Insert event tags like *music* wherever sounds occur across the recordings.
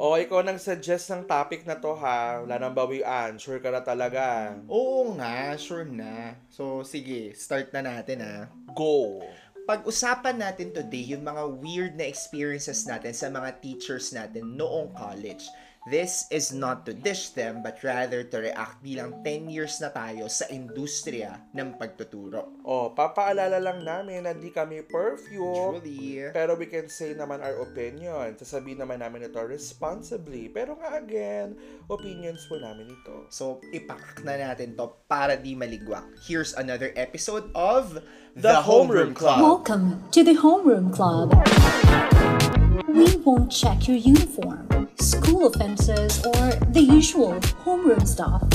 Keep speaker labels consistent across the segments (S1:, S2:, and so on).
S1: O, ikaw nang suggest ng topic na to ha. Wala nang bawian. Sure ka na talaga.
S2: Oo nga, sure na. So, sige, start na natin ah.
S1: Go!
S2: Pag-usapan natin today yung mga weird na experiences natin sa mga teachers natin noong college. This is not to dish them, but rather to react bilang 10 years na tayo sa industriya ng pagtuturo.
S1: O, papaalala lang namin na di kami perfume.
S2: Truly.
S1: Pero we can say naman our opinion. Sasabihin naman namin ito responsibly. Pero nga again, opinions po namin ito.
S2: So, ipakak na natin to para di maligwak. Here's another episode of
S1: The Homeroom Club.
S3: Welcome to the Homeroom Club. We won't check your uniform, school offenses, or the usual homeroom stuff.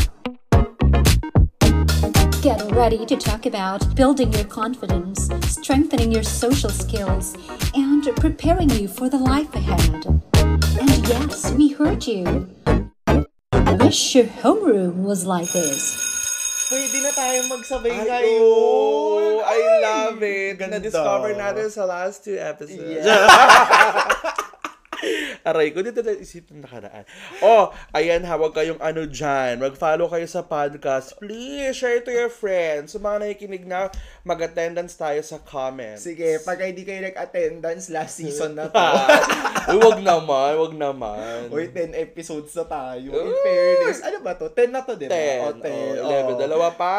S3: Get ready to talk about building your confidence, strengthening your social skills, and preparing you for the life ahead. And yes, we heard you. I wish your homeroom was like this.
S2: Pwede na tayong magsabay
S1: Ay,
S2: ngayon.
S1: oh, I love it.
S2: Ganda.
S1: Na-discover natin sa last two episodes. *laughs* Aray ko, dito na isipin nakaraan. Oh, ayan ha, huwag kayong ano dyan. Mag-follow kayo sa podcast. Please, share to your friends. Sa mga nakikinig na, mag-attendance tayo sa comments.
S2: Sige, pag hindi kayo nag-attendance last season na to.
S1: Ah, *laughs* Uy, wag naman, wag naman.
S2: Uy, 10 episodes na tayo. In
S1: Uy!
S2: fairness, ano ba to? 10 na to, di
S1: 10,
S2: ba? O,
S1: oh,
S2: 10, o.
S1: 11, dalawa pa.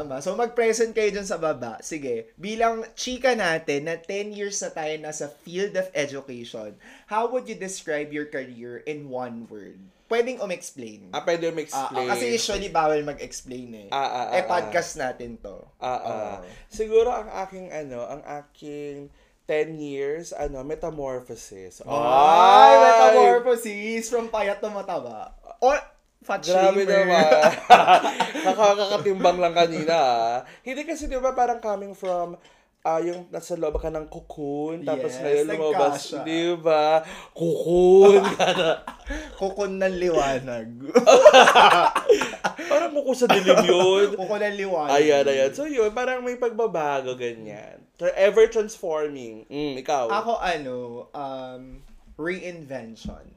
S2: Tama. So, mag-present kayo dyan sa baba. Sige. Bilang chika natin na 10 years na tayo nasa field of education, how would you describe your career in one word? Pwedeng um-explain.
S1: Ah, pwede mo
S2: Ah, ah,
S1: explain.
S2: kasi usually bawal mag-explain eh.
S1: Ah, ah, ah,
S2: eh, podcast natin to.
S1: Ah, ah.
S2: Oo.
S1: Siguro ang aking ano, ang aking 10 years, ano, metamorphosis.
S2: Ay, metamorphosis from payat na mataba. Or, fat
S1: Grabe
S2: shamer.
S1: naman.
S2: *laughs*
S1: Nakakakatimbang lang kanina. ah. Hindi kasi di ba parang coming from ah, yung nasa loob ka ng cocoon, tapos
S2: Yes,
S1: ngayon lumabas,
S2: nagkasya.
S1: di ba? Cocoon. *laughs*
S2: Kukon ng liwanag.
S1: parang muko sa dilim
S2: *laughs*
S1: yun.
S2: Kukon ng liwanag.
S1: Ayan, ayan. So yun, parang may pagbabago, ganyan. Tra- Ever transforming. Mm, ikaw.
S2: Ako ano, um, reinvention.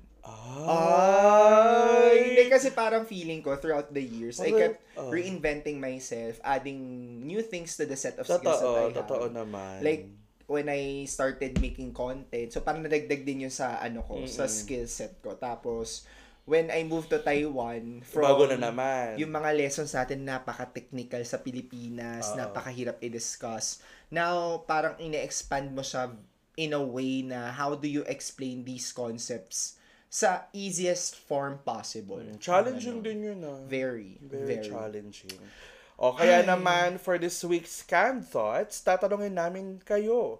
S2: Ay, hindi
S1: Ay!
S2: kasi parang feeling ko throughout the years, I
S1: Okay.
S2: kept
S1: Oh.
S2: reinventing myself, adding new things to the set of skills that I
S1: Totoo,
S2: have.
S1: totoo naman.
S2: Like, when I started making content, so parang nadagdag din yun sa ano ko, sa skill set ko. Tapos, when I moved to Taiwan, from
S1: Bago na naman.
S2: yung mga lessons natin napaka-technical sa Pilipinas,
S1: Oo.
S2: napakahirap i-discuss. Now, parang ine-expand mo siya in a way na how do you explain these concepts sa easiest form possible.
S1: Mm, Challenging
S2: Ganun.
S1: din yun, ah.
S2: ano, Very,
S1: Very,
S2: very.
S1: challenging. O kaya naman, for this week's Canned Thoughts, tatanungin namin kayo,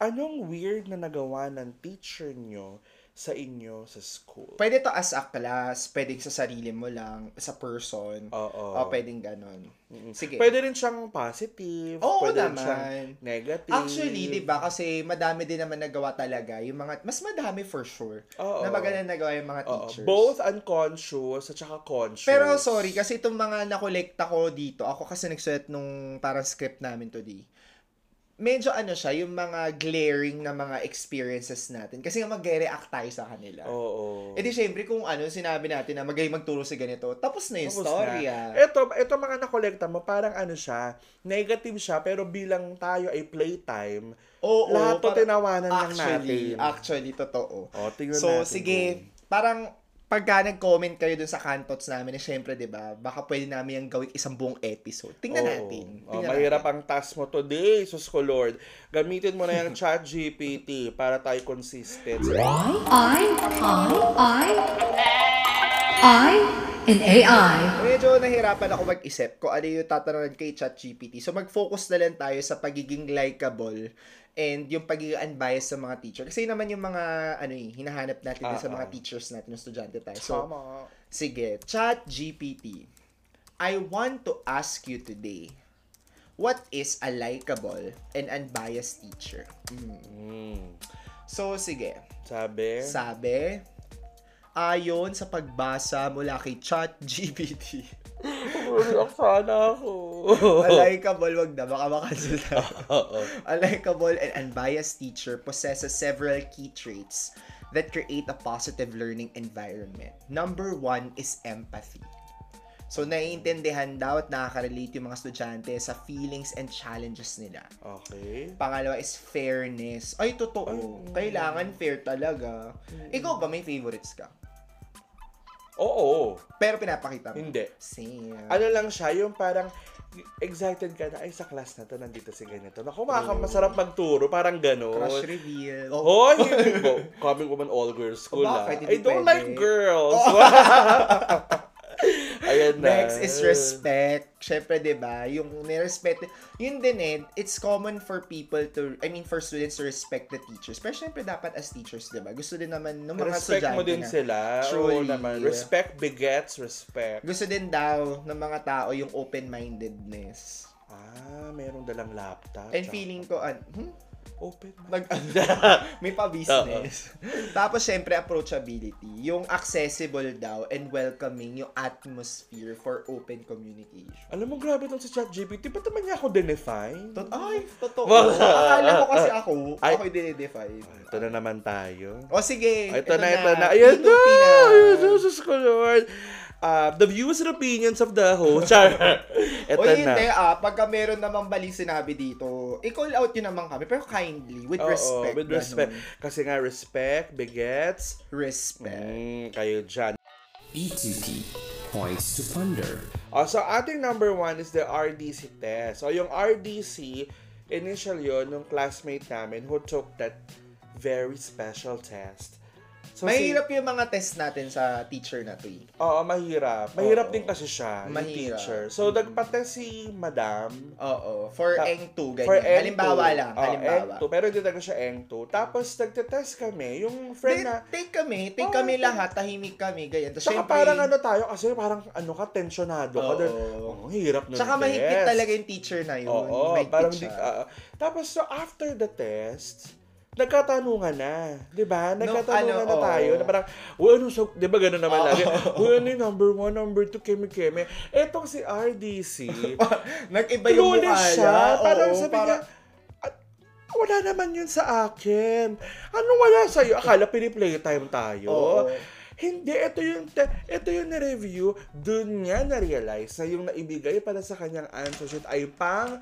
S1: anong weird na nagawa ng teacher nyo sa inyo sa school?
S2: Pwede to as a class, pwedeng sa sarili mo lang, sa person,
S1: Oo.
S2: o Oh, pwedeng ganun. Sige.
S1: Pwede rin siyang positive.
S2: Oo
S1: pwede rin
S2: naman.
S1: siyang negative.
S2: Actually, 'di ba kasi madami din naman nagawa talaga yung mga mas madami for sure.
S1: Oo.
S2: Na maganda nagawa yung mga
S1: Oo,
S2: teachers.
S1: both unconscious at saka conscious.
S2: Pero sorry, kasi itong mga nakolekta ko dito, ako kasi nagsulat nung parang script namin today. Medyo ano siya, yung mga glaring na mga experiences natin. Kasi nga mag-react tayo sa kanila.
S1: Oo.
S2: E di syempre kung ano, sinabi natin na magaling magturo sa ganito, tapos na yung
S1: Tapos
S2: story
S1: na. Eh,
S2: ah.
S1: Ito, ito mga nakolekta mo, parang ano siya, negative siya, pero bilang tayo ay playtime,
S2: Oo,
S1: lahat to
S2: parang-
S1: tinawanan lang
S2: actually,
S1: natin.
S2: Actually, totoo.
S1: O, tingnan
S2: so,
S1: natin eh.
S2: sige, parang pagka nag-comment kayo dun sa kantots namin, eh, syempre, di ba, baka pwede namin yung gawin isang buong episode. Tingnan
S1: Oo.
S2: natin.
S1: Oh,
S2: Tingnan
S1: mahirap ang
S2: natin.
S1: task mo today, sus ko Lord. Gamitin mo
S2: *laughs*
S1: na yung chat GPT para tayo consistent.
S3: I, I, I, I, and AI.
S2: Medyo nahirapan ako mag-isip kung ano yung tatanungan kay ChatGPT. So, mag-focus na lang tayo sa pagiging likable and yung pagiging unbiased sa mga teacher. Kasi yun naman yung mga, ano eh, hinahanap natin din sa
S1: Ah,
S2: mga
S1: ah.
S2: teachers natin, ng estudyante tayo. So,
S1: Tama.
S2: Sige, ChatGPT. I want to ask you today, what is a likable and unbiased teacher?
S1: Mm,
S2: So, sige.
S1: sabi?
S2: Sabi, ayon sa pagbasa mula kay ChatGPT,
S1: Umiyak sana ako.
S2: a
S1: *laughs*
S2: likable, wag na, baka makancel tayo.
S1: Oh. Oo.
S2: A likable and unbiased teacher possesses several key traits that create a positive learning environment. Number one is empathy. So, naiintindihan daw at nakaka-relate yung mga estudyante sa feelings and challenges nila.
S1: Okay.
S2: Pangalawa is fairness. Ay, totoo. Kailangan fair talaga. Ikaw ba may favorites ka?
S1: Oo.
S2: Pero pinapakita mo.
S1: Hindi.
S2: Same.
S1: Ano lang siya, yung parang excited ka na, ay sa class na to, nandito si ganito. Naku, maka masarap magturo, parang
S2: Crush
S1: gano'n.
S2: reveal.
S1: Hoy!
S2: *laughs*
S1: Bo- Coming from an all-girls school, ah.
S2: Bakit?
S1: I
S2: Hindi
S1: don't
S2: pwede. Oh.
S1: like girls. *laughs* Ayan na.
S2: Next is respect. Siyempre, di ba? Yung nirespect. Yun din eh, it's common for people to, I mean, for students to respect the teachers. Pero syempre, dapat as teachers, di ba? Gusto din naman ng mga
S1: Respect
S2: estudyante
S1: mo din
S2: na-
S1: sila. Oo
S2: Truly.
S1: naman. Respect begets respect.
S2: Gusto din daw ng mga tao yung open-mindedness.
S1: Ah, merong dalang laptop.
S2: And
S1: Tsaka
S2: feeling ko, an hmm?
S1: Open. mind. *laughs*
S2: Nag, *laughs* may pa-business. Tapos, syempre, approachability. Yung accessible daw and welcoming yung atmosphere for open communication.
S1: Alam mo, grabe itong si ChatGPT. Ba't naman niya ako define?
S2: Tot Ay, totoo.
S1: Wala.
S2: Akala ko kasi ako,
S1: Ay.
S2: ako i-define.
S1: Ito na naman tayo.
S2: O sige,
S1: Ito, na, ito na. Ayun na!
S2: P2P na.
S1: Jesus ko, Lord. Ah, the views and opinions of the host. *laughs* Char. ito
S2: O hindi
S1: na.
S2: ah, pagka meron naman bali sinabi dito, i-call out yun naman kami, pero kindly, with
S1: Oo,
S2: respect.
S1: with respect.
S2: ganun.
S1: Kasi nga, respect begets. Mm,
S2: Respect.
S1: kayo dyan.
S4: BTP E points to ponder.
S1: Uh, so, ating number one is the RDC test. So, yung RDC, initial yon yung classmate namin who took that very special test. So, si-
S2: Mahirap yung mga test natin sa teacher na to eh.
S1: Oo, mahirap. Mahirap
S2: Oo.
S1: din kasi siya, yung
S2: Mahirap.
S1: teacher. So, nagpa-test si madam.
S2: Oo. For
S1: Ta-
S2: Eng 2, ganyan.
S1: Ah, For Eng
S2: halimbawa
S1: two.
S2: lang,
S1: Oo,
S2: halimbawa.
S1: Eng two. Pero hindi talaga siya Eng 2. Tapos, nagte-test kami. Yung friend
S2: Then,
S1: na...
S2: take kami, take
S1: Oo,
S2: kami
S1: take-
S2: lahat, tahimik kami, ganyan. Tapos
S1: Tsaka
S2: syempre,
S1: parang ano tayo, kasi parang ano ka, tensionado ka.
S2: Oo.
S1: Dahil, "Oh, hirap nun
S2: tsaka mahigpit
S1: test."
S2: talaga yung teacher na yun.
S1: Oo,
S2: Mahigpit
S1: parang di,
S2: siya.
S1: ah, tapos so after the test, nagkatanungan na, 'di ba? Nagkatanungan
S2: ano,
S1: na tayo
S2: oo.
S1: na parang, "Uy, ano so, 'di ba ganun naman
S2: Oo.
S1: lagi? Uy, ano yung number one, number two, keme-keme." Etong si RDC,
S2: Nag-iba yung mukha
S1: clueless siya.
S2: niya.
S1: parang
S2: Oo,
S1: sabi
S2: parang-
S1: niya, "Ah, wala naman yun sa akin. Anong wala sa'yo? Akala pini-playtime tayo.
S2: Oo.
S1: Hindi, ito yung, te- ito yung na-review. Doon niya na-realize na yung naibigay para sa kanyang answer sheet ay pang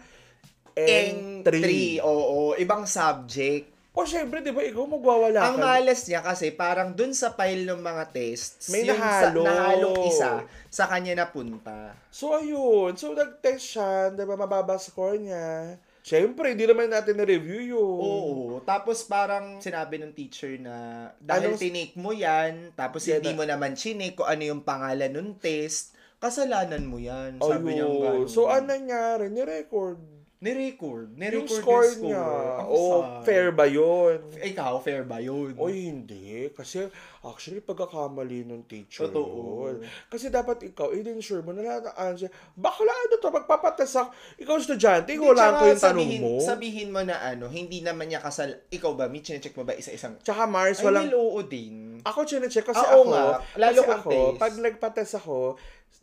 S2: Eng 3,
S1: N3.
S2: oo. Ibang subject.
S1: O syempre, di ba, ikaw magwawala
S2: Ang
S1: ka.
S2: malas niya kasi parang dun sa pile ng mga tests,
S1: May
S2: yung
S1: nahalo.
S2: Sa, nahalong isa sa kanya napunta.
S1: So, ayun. So, nag-test siya. Di ba, mababa score niya. Syempre, hindi naman natin na-review yun.
S2: Oo. Tapos parang sinabi ng teacher na dahil
S1: Anong-
S2: tinik mo yan, tapos
S1: Yan
S2: hindi
S1: na-
S2: mo naman chinik kung ano yung pangalan ng test, kasalanan mo yan. Sabi niya
S1: Ayun.
S2: ganun.
S1: So, ano nangyari? Ni-record.
S2: Nirecord.
S1: Yung
S2: Nirecord
S1: score niya.
S2: Ang
S1: Oh,
S2: sad.
S1: fair Oh, ba yun?
S2: Ikaw, fair ba yun?
S1: O hindi. Kasi actually pagkakamali ng teacher
S2: Totoo.
S1: yun. Kasi dapat ikaw, i-ensure mo na lahat ng answer. Bakla ano to, magpapatasak. Ikaw estudyante,
S2: Hindi,
S1: ikaw lang
S2: tsaka
S1: ko yung tanong
S2: sabihin,
S1: mo.
S2: Sabihin mo na ano, hindi naman niya kasal... Ikaw ba, may chinecheck mo ba isa-isang...
S1: Tsaka Mars,
S2: Ay,
S1: walang...
S2: walang... oo din.
S1: Ako chinecheck kasi
S2: Ah,
S1: ako,
S2: oo nga. Lalo
S1: kasi
S2: kang
S1: ako,
S2: test.
S1: pag nagpatest ako,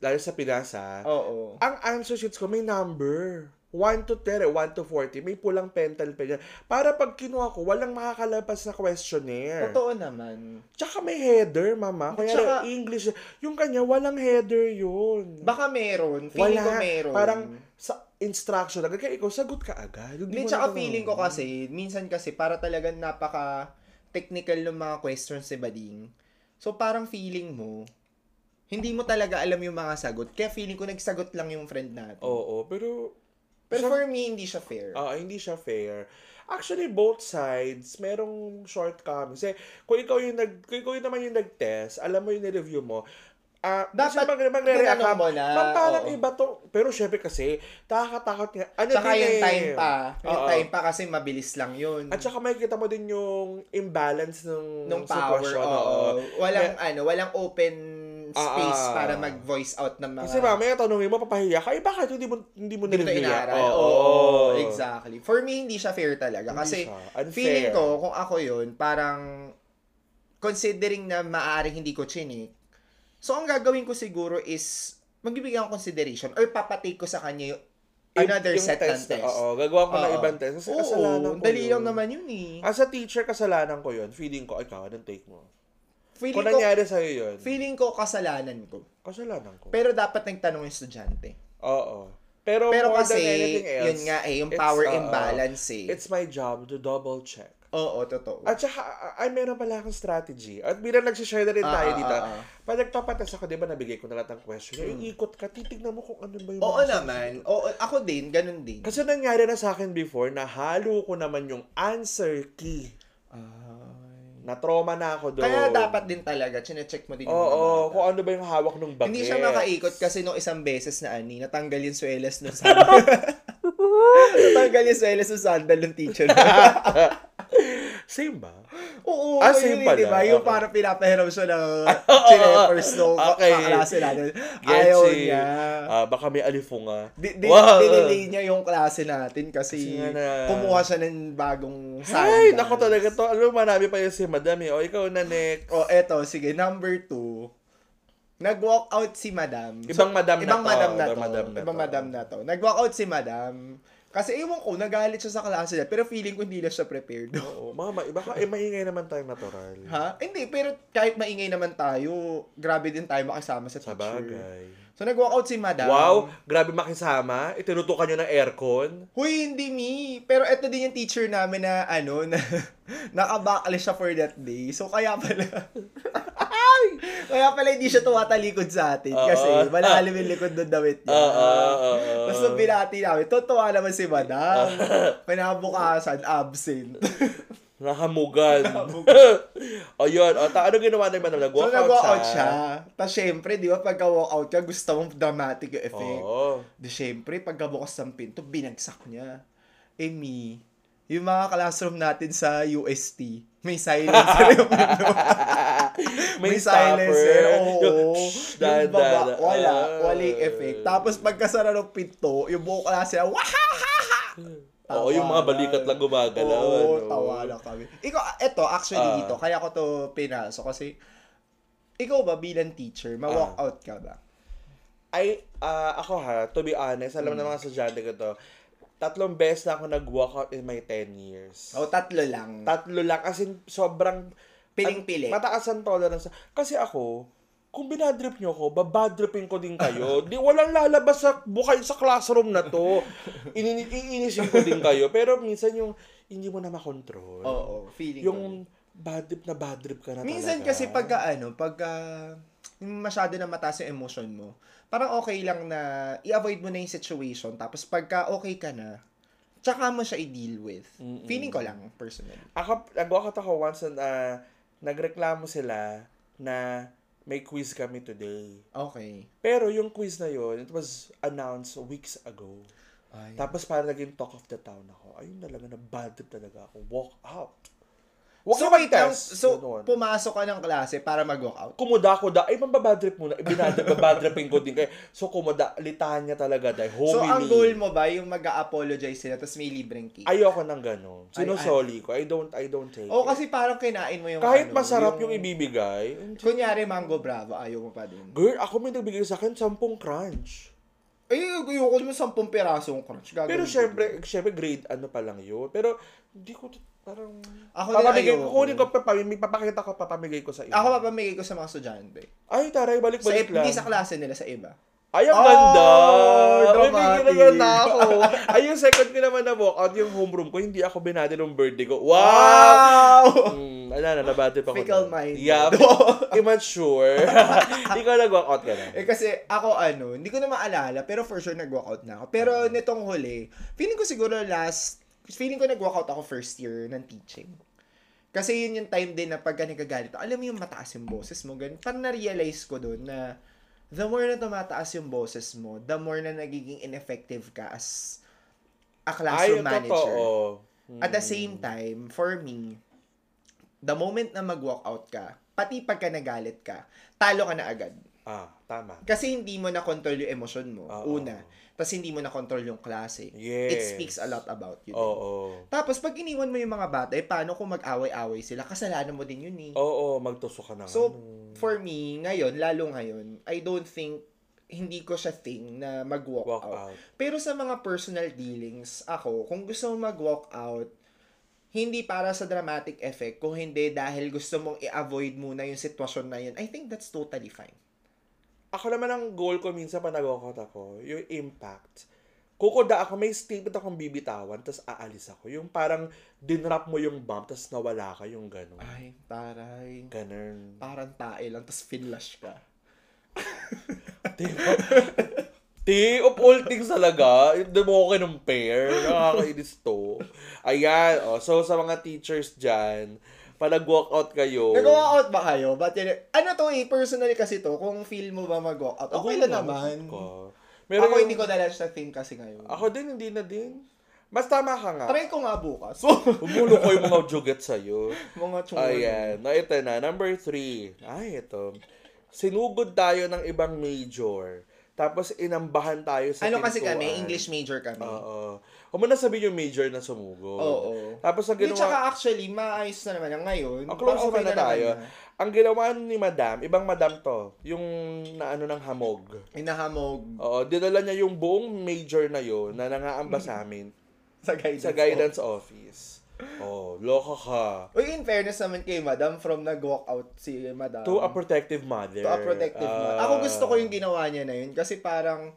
S1: lalo sa Pinasa,
S2: Oo.
S1: ang answer sheets ko may number. 1 to 10, 1 to 40. May pulang pental pen. yan. Para pag kinuha ko, walang makakalabas na questionnaire.
S2: Totoo naman.
S1: Tsaka may header, mama. Kaya
S2: Tsaka-
S1: English. Yung kanya, walang header yun.
S2: Baka meron. Feeling ko meron.
S1: Parang sa instruction agad. Kaya ikaw, sagot ka agad. Hindi
S2: Hindi,
S1: mo
S2: tsaka
S1: natanong.
S2: feeling ko kasi, minsan kasi para talagang napaka technical ng mga questions ni Bading. So parang feeling mo, hindi mo talaga alam yung mga sagot. Kaya feeling ko nagsagot lang yung friend natin.
S1: Oo, pero...
S2: Pero for me, hindi siya fair.
S1: Ah, hindi siya fair. Actually, both sides, merong shortcomings. Eh, kung ikaw yung nag, kung ikaw yung naman yung nag-test, alam mo yung nireview mo, ah,
S2: Dapat
S1: kasi mag, magre-react
S2: tinanong
S1: ka,
S2: mo na,
S1: "Ma'am, parang
S2: oo."
S1: iba to. Pero syempre kasi, nakakatakot nga. Ano
S2: Tsaka
S1: din
S2: yung
S1: eh.
S2: time pa. Yung
S1: Oo.
S2: time pa kasi mabilis lang yun.
S1: Mm. At saka makikita mo din yung imbalance ng
S2: nung power.
S1: sitwasyon,
S2: Oo. Walang
S1: Kaya-
S2: ano, walang open space
S1: Ah, ah.
S2: para mag-voice out ng mga
S1: Kasi mamaya tanongin mo, papahiya ka, eh bakit hindi mo, hindi mo
S2: Hindi ko to
S1: nireview yan?
S2: inaaral. Oo, exactly. For me, hindi siya fair talaga.
S1: Hindi
S2: Kasi
S1: siya. Unfair.
S2: feeling ko, kung ako yun, parang considering na maaaring hindi ko chinik, so ang gagawin ko siguro is magbibigay ako ng consideration or papatake ko sa kanya yung another
S1: yung
S2: set
S1: test,
S2: ng test.
S1: Oo, gagawa ko ng
S2: Oo.
S1: ibang test. Kasi
S2: Oo,
S1: kasalanan ko yun.
S2: dali
S1: Ah,
S2: lang naman yun eh.
S1: As a teacher, kasalanan ko yun. Feeling ko, ikaw, anong take mo?
S2: Feeling
S1: Kung
S2: ko,
S1: nangyari sa'yo yun,
S2: feeling ko kasalanan ko.
S1: kasalanan ko.
S2: Pero dapat nagtanong yung estudyante.
S1: Oo. Pero,
S2: Pero
S1: more
S2: kasi,
S1: than anything else,
S2: yun nga eh, yung
S1: it's,
S2: power
S1: oo,
S2: imbalance eh.
S1: It's my job to double check.
S2: Oo, totoo.
S1: At saka, a- ay, meron pala akong strategy. At bilang nagsishare na rin
S2: Ah,
S1: tayo
S2: ah,
S1: dito,
S2: ah, ah. Hmm.
S1: pag nagpapatas ako, di ba, nabigay ko na lahat ng question. Iikot ka, titignan mo kung ano ba yung...
S2: Oo
S1: mga
S2: naman. Oo, ako din, ganun din.
S1: Kasi nangyari na sa akin before, nahalo ko naman yung answer key. Na-trauma na ako doon.
S2: Kaya dapat din talaga, chinecheck mo
S1: Oo,
S2: din yung mga
S1: oo,
S2: bata.
S1: kung ano ba yung hawak ng bagay.
S2: Hindi siya makaikot kasi nung isang beses na ani, natanggal yung swelas nung sandal. *laughs* natanggal yung swelas nung sandal ng
S1: *laughs*
S2: teacher.
S1: Same ba?
S2: Oo,
S1: Ah,
S2: yun
S1: same
S2: yun,
S1: pala.
S2: di ba? Yung
S1: Okay.
S2: parang pinapahiram siya ng
S1: *laughs* oo.
S2: chinepers nung
S1: Okay.
S2: kaklase natin.
S1: Gets
S2: Ayaw
S1: it.
S2: niya.
S1: Ah, baka may alifunga.
S2: Di, di,
S1: Wow.
S2: Dinelay niya yung klase natin
S1: Kasi
S2: kasi,
S1: nga na-
S2: kumuha siya ng bagong sandal.
S1: Ay, nako talaga to. Alam mo, marami pa yun si madam eh. O, ikaw na next.
S2: O, Oh, eto, sige, number two. Nag-walk out si madam.
S1: Ibang madam na
S2: ibang
S1: to.
S2: Madam na
S1: Ibang
S2: to.
S1: madam na
S2: ibang
S1: to.
S2: madam na to. Nag-walk out si madam. Kasi ewan ko, nagalit siya sa klase niya. Pero feeling ko hindi na siya prepared.
S1: Oo, mama, iba ka, eh, maingay naman tayong natural.
S2: *laughs* ha? Hindi, pero kahit maingay naman tayo, grabe din tayo makisama sa
S1: Sa
S2: teacher.
S1: bagay.
S2: So nag-walk out si madam.
S1: Wow, grabe makisama. Itinutukan nyo ng aircon.
S2: Huy, hindi mi. Pero eto din yung teacher namin na ano, *laughs* na naka-backlist siya for that day. So kaya pala. Ay! *laughs* kaya pala hindi siya tuwatalikod sa atin
S1: Oo. *laughs*
S2: kasi malalim yung likod ng damit niya.
S1: Oo, oo, oo.
S2: Tapos nung binati namin, totoo naman si madam.
S1: *laughs*
S2: Pinabukasan, absent.
S1: Nakamugan. *laughs* o yun, o, ta- ano ginawa na yung madam?
S2: *laughs* so
S1: Nag-walk
S2: nag-walk out siya. Tapos syempre, di ba, pagka-walk out ka, gusto mong dramatic yung effect. *laughs*
S1: Oo.
S2: Di syempre, pagkabukas ng pinto, binagsak niya. Eh, me, yung mga classroom natin sa UST, may silencer
S1: *laughs*
S2: yung window.
S1: May,
S2: may silencer. Oo.
S1: *laughs* Yung,
S2: Yung,
S1: shh, da, da,
S2: baba,
S1: da.
S2: wala.
S1: Ah.
S2: wala yung effect. Tapos pagkasara ng pinto, yung buong klase, wahahaha!
S1: Oo, yung mga balikat lang gumagalaw,
S2: Oo,
S1: ano.
S2: tawa lang kami. Ikaw, eto, actually
S1: Ah.
S2: dito, kaya ko to pinasok kasi, ikaw ba bilang teacher, ma-walk out ka ba?
S1: Ay, ah, ako ha, to be honest, alam
S2: Mm.
S1: na mga sadyante ko to, tatlong beses na ako nag-walk out in my 10 years.
S2: O, tatlo lang.
S1: Tatlo lang. As in, sobrang...
S2: Piling-pili.
S1: Ang- Mataas ang tolerance. Kasi ako, kung binadrip nyo ko, babadripin ko din
S2: *laughs*
S1: kayo. Di, walang lalabas sa bukay sa classroom na to. Inin- iinisin ko din kayo. Pero minsan yung hindi mo na makontrol.
S2: Oo, feeling ko
S1: Yung bad trip na bad trip ka na
S2: Minsan
S1: talaga.
S2: kasi pagka ano, pagka yung masyado na mataas yung emotion mo, parang okay lang na i-avoid mo na yung situation. Tapos pagka okay ka na, tsaka mo siya i-deal with. Feeling ko lang, personally.
S1: Ako, nag-walkout ako once and ah, nagreklamo sila na may quiz kami today.
S2: Okay.
S1: Pero yung quiz na yun, it was announced weeks ago.
S2: Ay.
S1: Tapos parang naging talk of the town ako. Ayun talaga, na bad trip talaga ako. Walk out. Walk
S2: so,
S1: out
S2: wait lang.
S1: test.
S2: So,
S1: Ganun.
S2: pumasok ka ng klase para mag-walk out.
S1: kumuda ko da, ay mababadrip muna, *laughs* ibinadrip, babadripin ko din kayo. So kumuda, litahan niya talaga dahil homily.
S2: So, ang goal mo ba, yung mag apologize sila, tapos may libreng cake?
S1: Ayoko ng ganun. Sinosoli ko. I don't, I don't take
S2: Oo,
S1: it.
S2: Oh, kasi parang kinain mo yung
S1: Kahit
S2: ano,
S1: masarap yung, ibibigay, hindi.
S2: Kunyari, mango bravo, ayaw mo pa din.
S1: girl, ako may nagbigay sa akin, sampung crunch.
S2: Ay, ayaw ko naman 10 pirasong crunch. gagawin
S1: Pero
S2: ko
S1: syempre, syempre grade ano pa lang yun. Pero hindi ko t- parang...
S2: Ako din
S1: papamigay ko,
S2: ayoko.
S1: kunin ko, papamigay, papakita ko, papamigay ko sa iyo.
S2: Ako papamigay ko sa mga estudyante.
S1: Ay, taray,
S2: Sa,
S1: balik-balik lang.
S2: hindi sa klase nila, sa iba.
S1: Ay, ang
S2: Oh,
S1: ganda! Uy,
S2: dramatic.
S1: bigyan na ako. Ay, yung second ko naman na walk out, yung homeroom ko, hindi ako binati ng birthday ko. Wow!
S2: Wow!
S1: Mm, ala na, nabati pa ko.
S2: Fickle-minded.
S1: Yeah. immature. *laughs* Ikaw nag-walk out ka na.
S2: *laughs* eh kasi ako ano, hindi ko na maalala, pero for sure nag-walkout na ako. Pero
S1: Mm.
S2: nitong huli, feeling ko siguro last, feeling ko nag-walkout ako first year ng teaching. Kasi yun yung time din na pagka nagagalit, ako, alam mo yung mataas yung boses mo, ganun. Parang na-realize ko doon na the more na tumataas yung boses mo, the more na nagiging ineffective ka as a
S1: Ay,
S2: classroom manager.
S1: totoo.
S2: At the same time, for me, the moment na mag-walk out ka, pati pagka nagalit ka, talo ka na agad.
S1: Ah, tama.
S2: Kasi hindi mo na-control yung emosyon mo,
S1: Oo.
S2: una. Tapos hindi mo na-control yung klase. It
S1: Yes.
S2: speaks a lot about you.
S1: Oo.
S2: din. Tapos pag iniwan mo yung mga bata, eh, paano kung mag-away-away sila? Kasalanan mo din yun eh.
S1: Oo, magtuso ka na. Hmm,
S2: So, for me, ngayon, lalo ngayon, I don't think hindi ko siya thing na mag-walk
S1: Walk
S2: out.
S1: out.
S2: Pero sa mga personal dealings, ako, kung gusto mo mag-walk out, hindi para sa dramatic effect, kung hindi dahil gusto mong i-avoid muna yung sitwasyon na yun, I think that's totally fine.
S1: Ako naman ang goal ko minsan pa nagwakot ako, yung impact. Kukuda ako, may statement akong bibitawan, tapos aalis ako. Yung parang dinrap mo yung bump, tapos nawala ka, yung ganun.
S2: Ay, taray.
S1: Ganun. *laughs*
S2: Parang tae lang, tapos finlash ka.
S1: Diba? T, of all things talaga, hindi mo ako kinumpare. Nakakainis to. Ayan, oh, so sa mga teachers dyan, pag nag-walkout kayo,
S2: Nag-walkout ba kayo? Ba't yun? Ano to eh, personally kasi to, kung feel mo ba mag-walkout,
S1: ako
S2: okay lang
S1: na,
S2: naman.
S1: ko. Meron
S2: Ako
S1: yung-
S2: hindi ko dala siya thing kasi ngayon.
S1: Ako din, hindi na din. Mas tama ka nga.
S2: Try ko nga bukas.
S1: Humulo ko yung mga juget sa'yo.
S2: Mga chungo.
S1: Ayan. No, ito na. Number three. Ay, ito. Sinugod tayo ng ibang major. Tapos inambahan tayo sa
S2: Ano kasi
S1: pintuan.
S2: kami, English major kami.
S1: Oo. Huwag mo na sabihin yung major na sumugod.
S2: Oo.
S1: Tapos ang
S2: Hindi, tsaka
S1: ginawa...
S2: actually, maayos na naman ang ngayon.
S1: Ang close
S2: Parang
S1: naman
S2: okay
S1: na tayo.
S2: naman na.
S1: Ang ginawa ni madam, ibang madam to, yung na ano ng hamog.
S2: Inahamog
S1: Oo, dinala niya yung buong major na yon na nangaamba sa amin
S2: *laughs* sa guidance.
S1: sa guidance office. Oh, loko ka.
S2: Uy, in fairness naman kay Madam, from nag-walk out si Madam.
S1: To a protective mother.
S2: To a protective mode.
S1: Ah.
S2: Ako gusto ko yung ginawa niya na yun kasi parang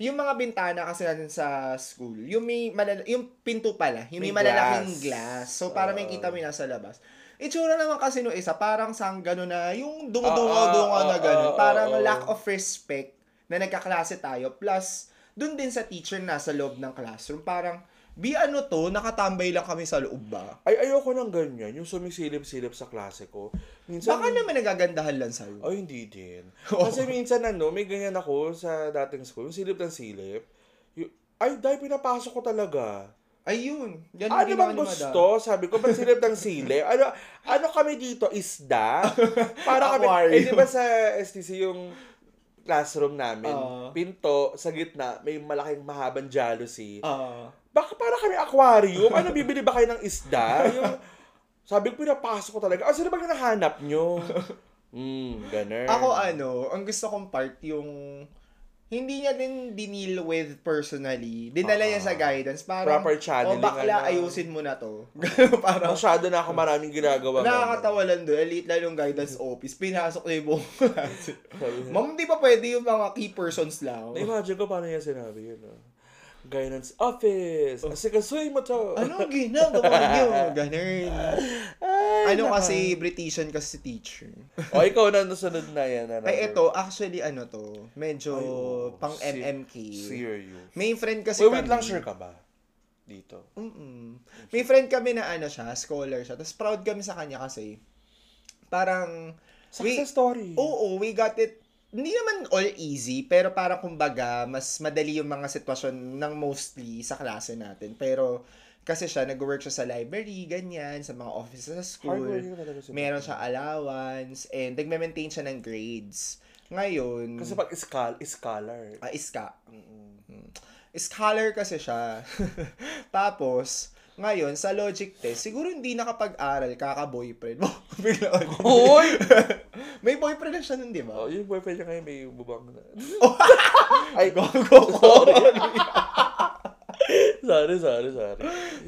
S2: yung mga bintana kasi natin sa school, yung may malala- yung pinto pala, yung may,
S1: May
S2: malalaking
S1: glass.
S2: glass. So para may
S1: Oo.
S2: kita mo yung nasa labas. Itsura naman kasi no isa, parang sang gano'n na, yung dungo-dungo na
S1: oo,
S2: gano'n.
S1: oo,
S2: Parang
S1: oo.
S2: lack of respect na nagkaklase tayo. Plus, dun din sa teacher na sa loob ng classroom, parang, bi ano to, nakatambay lang kami sa loob ba?
S1: Ay, ayoko ng ganyan. Yung sumisilip-silip sa klase ko. Minsan,
S2: Baka naman nagagandahan lang sa'yo.
S1: Ay, hindi
S2: *laughs*
S1: din. Kasi minsan ano, may ganyan ako sa dating school. Yung silip ng silip. Yung, ay, dahil pinapasok ko talaga.
S2: Ayun. Yan ang
S1: Ano
S2: ginawa
S1: bang
S2: ni Madam.
S1: gusto? Sabi ko, ba't silip ng silip? Ano, ano kami dito?
S2: *laughs*
S1: Isda? Para kami,
S2: Aquarium.
S1: eh di ba sa STC yung classroom namin,
S2: Oo.
S1: pinto, sa gitna, may malaking mahabang jealousy.
S2: Ah.
S1: Baka para kami aquarium. Ano, bibili ba kayo ng isda? Yung, sabi ko, pinapasok ko talaga. Ah, sino ba hinahanap nyo? Hmm, ganun.
S2: Ako ano, ang gusto kong part yung hindi niya din dinil with personally. Dinala niya sa guidance.
S1: Ah.
S2: Parang,
S1: Proper channeling,
S2: O bakla,
S1: ano."
S2: ayusin mo na to. *laughs* Ganun, parang,
S1: Masyado na ako maraming ginagawa. ngayon.
S2: nakakatawa lang doon. Elite lang yung guidance office. Pinasok na yung buong *laughs* class.
S1: Sabi niya,
S2: Ma'am, di ba pwede yung mga key persons lang?
S1: Na-imagine ko paano niya sinabi yun. ah. Guidance office. Asikasuhin mo to.
S2: Oh. ano ginagawa
S1: *laughs*
S2: niyo? Ganun.
S1: Ay,
S2: Ano
S1: naka-
S2: kasi, Britishan kasi si teacher.
S1: O, ikaw na nasunod na yan. na number-
S2: Ay, ito, actually, ano to, medyo
S1: Ay, oo.
S2: pang
S1: Se-
S2: MMK.
S1: Serious.
S2: May friend kasi
S1: Wait, wait
S2: kami-
S1: lang, sure ka ba? Dito.
S2: Mm-mm. May friend kami na ano siya, scholar siya. Tapos proud kami sa kanya kasi parang we-
S1: Success story.
S2: Oo, we got it. Hindi naman all easy, pero parang kumbaga, mas madali yung mga sitwasyon ng mostly sa klase natin. Pero kasi siya, nag-work siya sa library, ganyan, sa mga office sa
S1: Hardworking
S2: school.
S1: na talaga si
S2: Meron
S1: Bata.
S2: siya allowance, and nagme-maintain siya ng grades. Ngayon,
S1: Kasi pag iskal, scholar.
S2: Ah, iska. Mm. Scholar kasi siya. *laughs* Tapos, ngayon, sa logic test, siguro hindi nakapag-aral, kaka-boyfriend *laughs* mo. Bigla ulit.
S1: Hoy!
S2: *laughs* May boyfriend na siya nun, di
S1: Oh,
S2: *laughs* ba?
S1: yung boyfriend niya ngayon may bubang na.
S2: Ay, go, go, go.
S1: sorry, sorry, sorry.